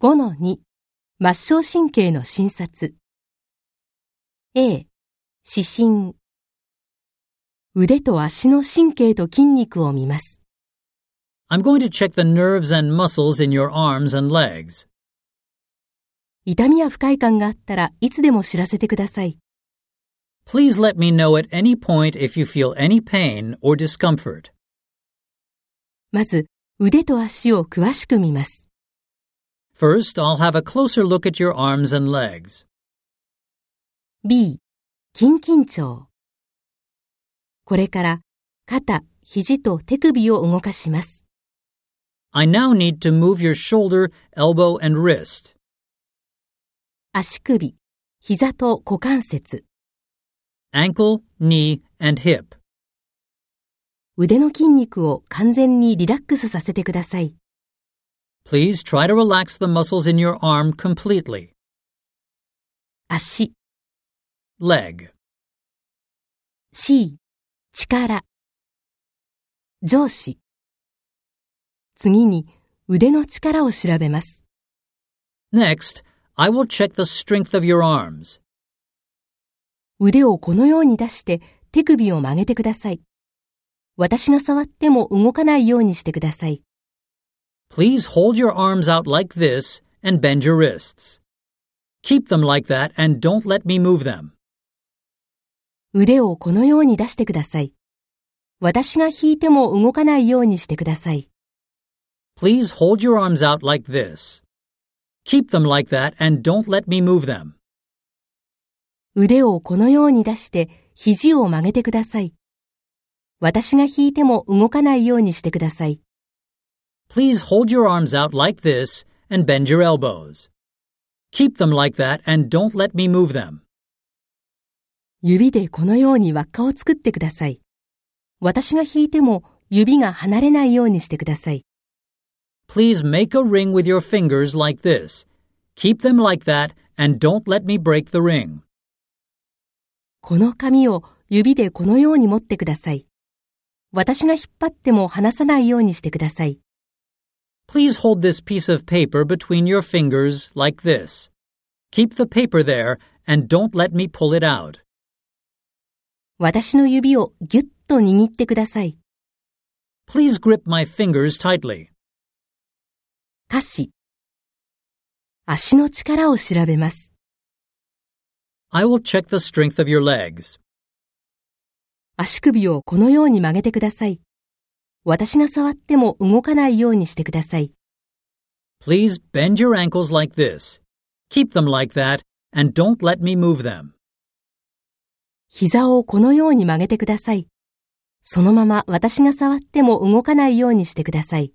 5-2末梢神経の診察 A 指針腕と足の神経と筋肉を見ます I'm going to check the nerves and muscles in your arms and legs. 痛みや不快感があったらいつでも知らせてください Please let me know at any point if you feel any pain or discomfort. まず腕と足を詳しく見ます First, I'll have a closer look at your arms and legs. B 筋緊張これから肩、肘と手首を動かします。 I now need to move your shoulder, elbow, and wrist. 足首、膝と股関節、 Ankle, knee, and hip. 腕の筋肉を完全にリラックスさせてください。 Please try to relax the muscles in your arm completely. 足、 Leg. C、力、上司。次に腕の力を調べます。 Next, I will check the strength of your arms. 腕をこのように出して手首を曲げてください。私が触っても動かないようにしてください。 Please hold your arms out like this and bend your wrists. Keep them like that and don't let me move them. 腕をこのように出してください。私が引いても動かないようにしてください。 Please hold your arms out like this. Keep them like that and don't let me move them. 腕をこのように出して肘を曲げてください。私が引いても動かないようにしてください。 Please hold your arms out like this and bend your elbows. Keep them like that and don't let me move them. 指でこのように輪っかを作ってください。私が引いても指が離れないようにしてください。 Please make a ring with your fingers like this. Keep them like that and don't let me break the ring. この紙を指でこのように持ってください。私が引っ張っても離さないようにしてください。 Please hold this piece of paper between your fingers like this. Keep the paper there and don't let me pull it out. 私の指をぎゅっと握ってください。 Please grip my fingers tightly. 下肢。足の力を調べます。 I will check the strength of your legs. 足首をこのように曲げてください。私が触っても動かないようにしてください。 Please bend your ankles like this. Keep them like that and don't let me move them. 膝をこのように曲げてください。そのまま私が触っても動かないようにしてください。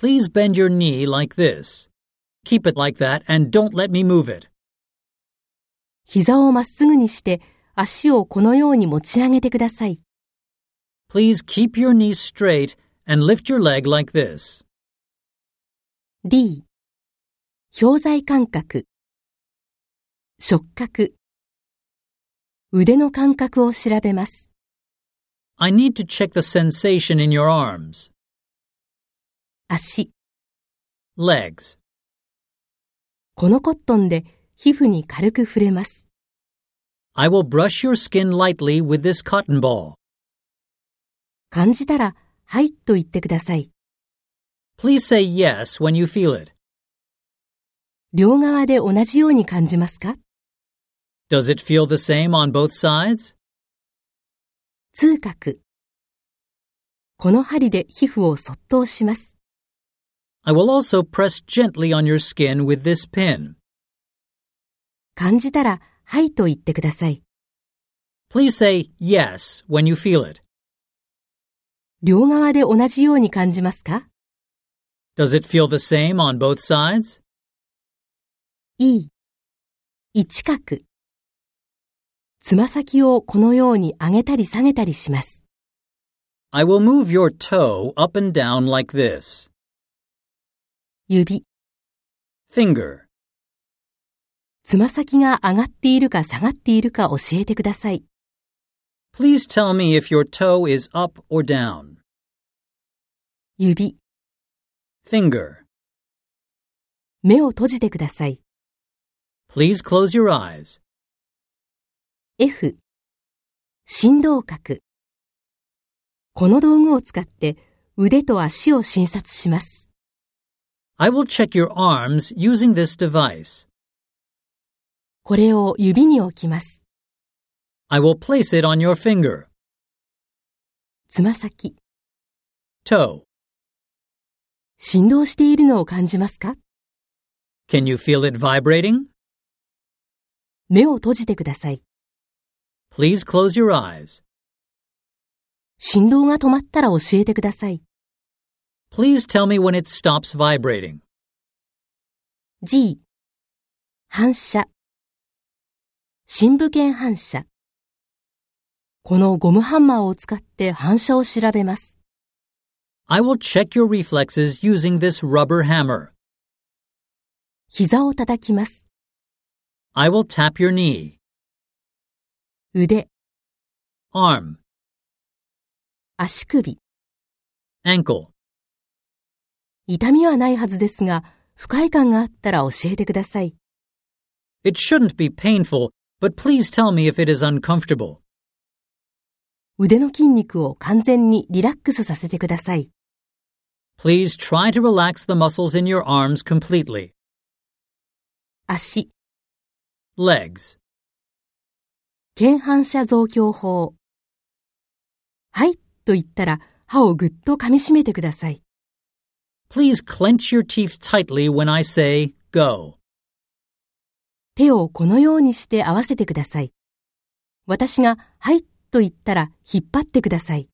Please bend your knee like this. Keep it like that and don't let me move it. 膝をまっすぐにして足をこのように持ち上げてください。 Please keep your knees straight and lift your leg like this. D 表材感覚触覚腕の感覚を調べます。 I need to check the sensation in your arms, 足 legs. このコットンで皮膚に軽く触れます。 I will brush your skin lightly with this cotton ball. 感じたら、はいと言ってください。 Please say yes when you feel it. 両側で同じように感じますか Does it feel the same on both sides? 痛覚。この針で皮膚をそっと押します。 I will also press gently on your skin with this pin. 感じたら、はいと言ってください。 Please say yes when you feel it. 両側で同じように感じますか Does it feel the same on both sides? ?E。位置覚。つま先をこのように上げたり下げたりします。 I will move your toe up and down like this. 指。 Finger. つま先が上がっているか下がっているか教えてください。 Please tell me if your toe is up or down. 指。 Finger. 右目を閉じてください。 Please close your eyes. F 振動角この道具を使って腕と足を診察します。 I will check your arms using this device. これを指に置きます。 I will place it on your finger, つま先、 toe. 振動しているのを感じますか Can you feel it vibrating? 目を閉じてください。 Please close your eyes. 振動が止まったら教えてください。 Please tell me when it stops vibrating. G 反射深部圏反射このゴムハンマーを使って反射を調べます。 I will check your reflexes using this rubber hammer. 膝を叩きます。 I will tap your knee, 腕、 arm, 足首。 ankle. 痛みはないはずですが、不快感があったら教えてください。 It shouldn't be painful, but please tell me if it is uncomfortable. 腕の筋肉を完全にリラックスさせてください。 Please try to relax the muscles in your arms completely. 足、 Legs. 腱反射増強法。はい、と言ったら歯をぐっと噛み締めてください。 Please clench your teeth tightly when I say go. 手をこのようにして合わせてください。私が、はい、と言ったら引っ張ってください。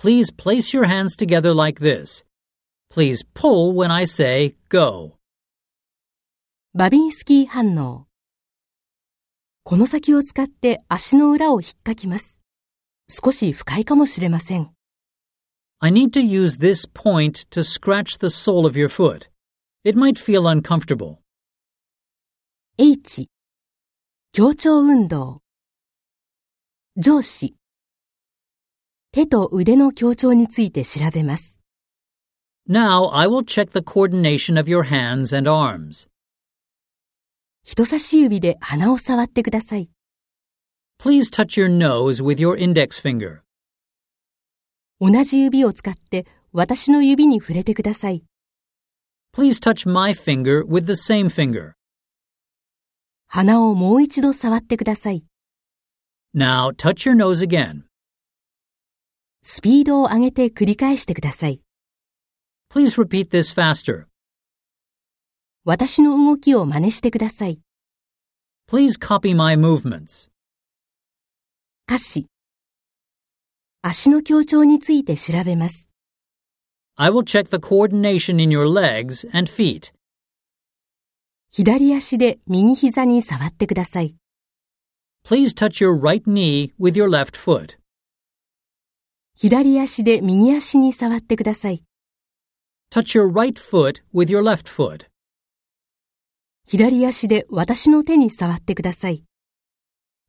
Please place your hands together like this. Please pull when I say go. バビンスキー反応。この先を使って足の裏を引っかきます。少し不快かもしれません。 I need to use this point to scratch the sole of your foot. It might feel uncomfortable. H 協調運動上司手と腕の協調について調べます。 Now I will check the coordination of your hands and arms. 人差し指で鼻を触ってください。 Please touch your nose with your index finger. 同じ指を使って私の指に触れてください。 Please touch my finger with the same finger. 鼻をもう一度触ってください。 Now touch your nose again. スピードを上げて繰り返してください。 Please repeat this faster. 私の動きを真似してください。 Please copy my movements. 歌詞足の協調について調べます。 I will check the coordination in your legs and feet. 左足で右膝に触ってください。 Please touch your right knee with your left foot. 左足で右足に触ってください。 Touch your right foot with your left foot. 左足で私の手に触ってください。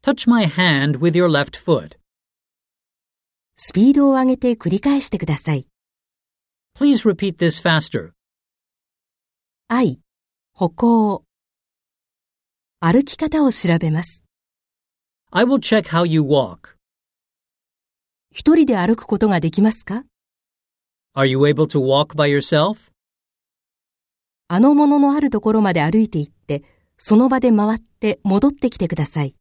Touch my hand with your left foot. スピードを上げて繰り返してください。 Please repeat this faster. I、歩行。歩き方を調べます。 I will check how you walk. 一人で歩くことができますか Are you able to walk by yourself? あのもののあるところまで歩いて行って、その場で回って戻ってきてください。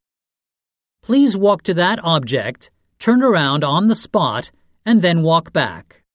Please walk to that object, turn around on the spot, and then walk back.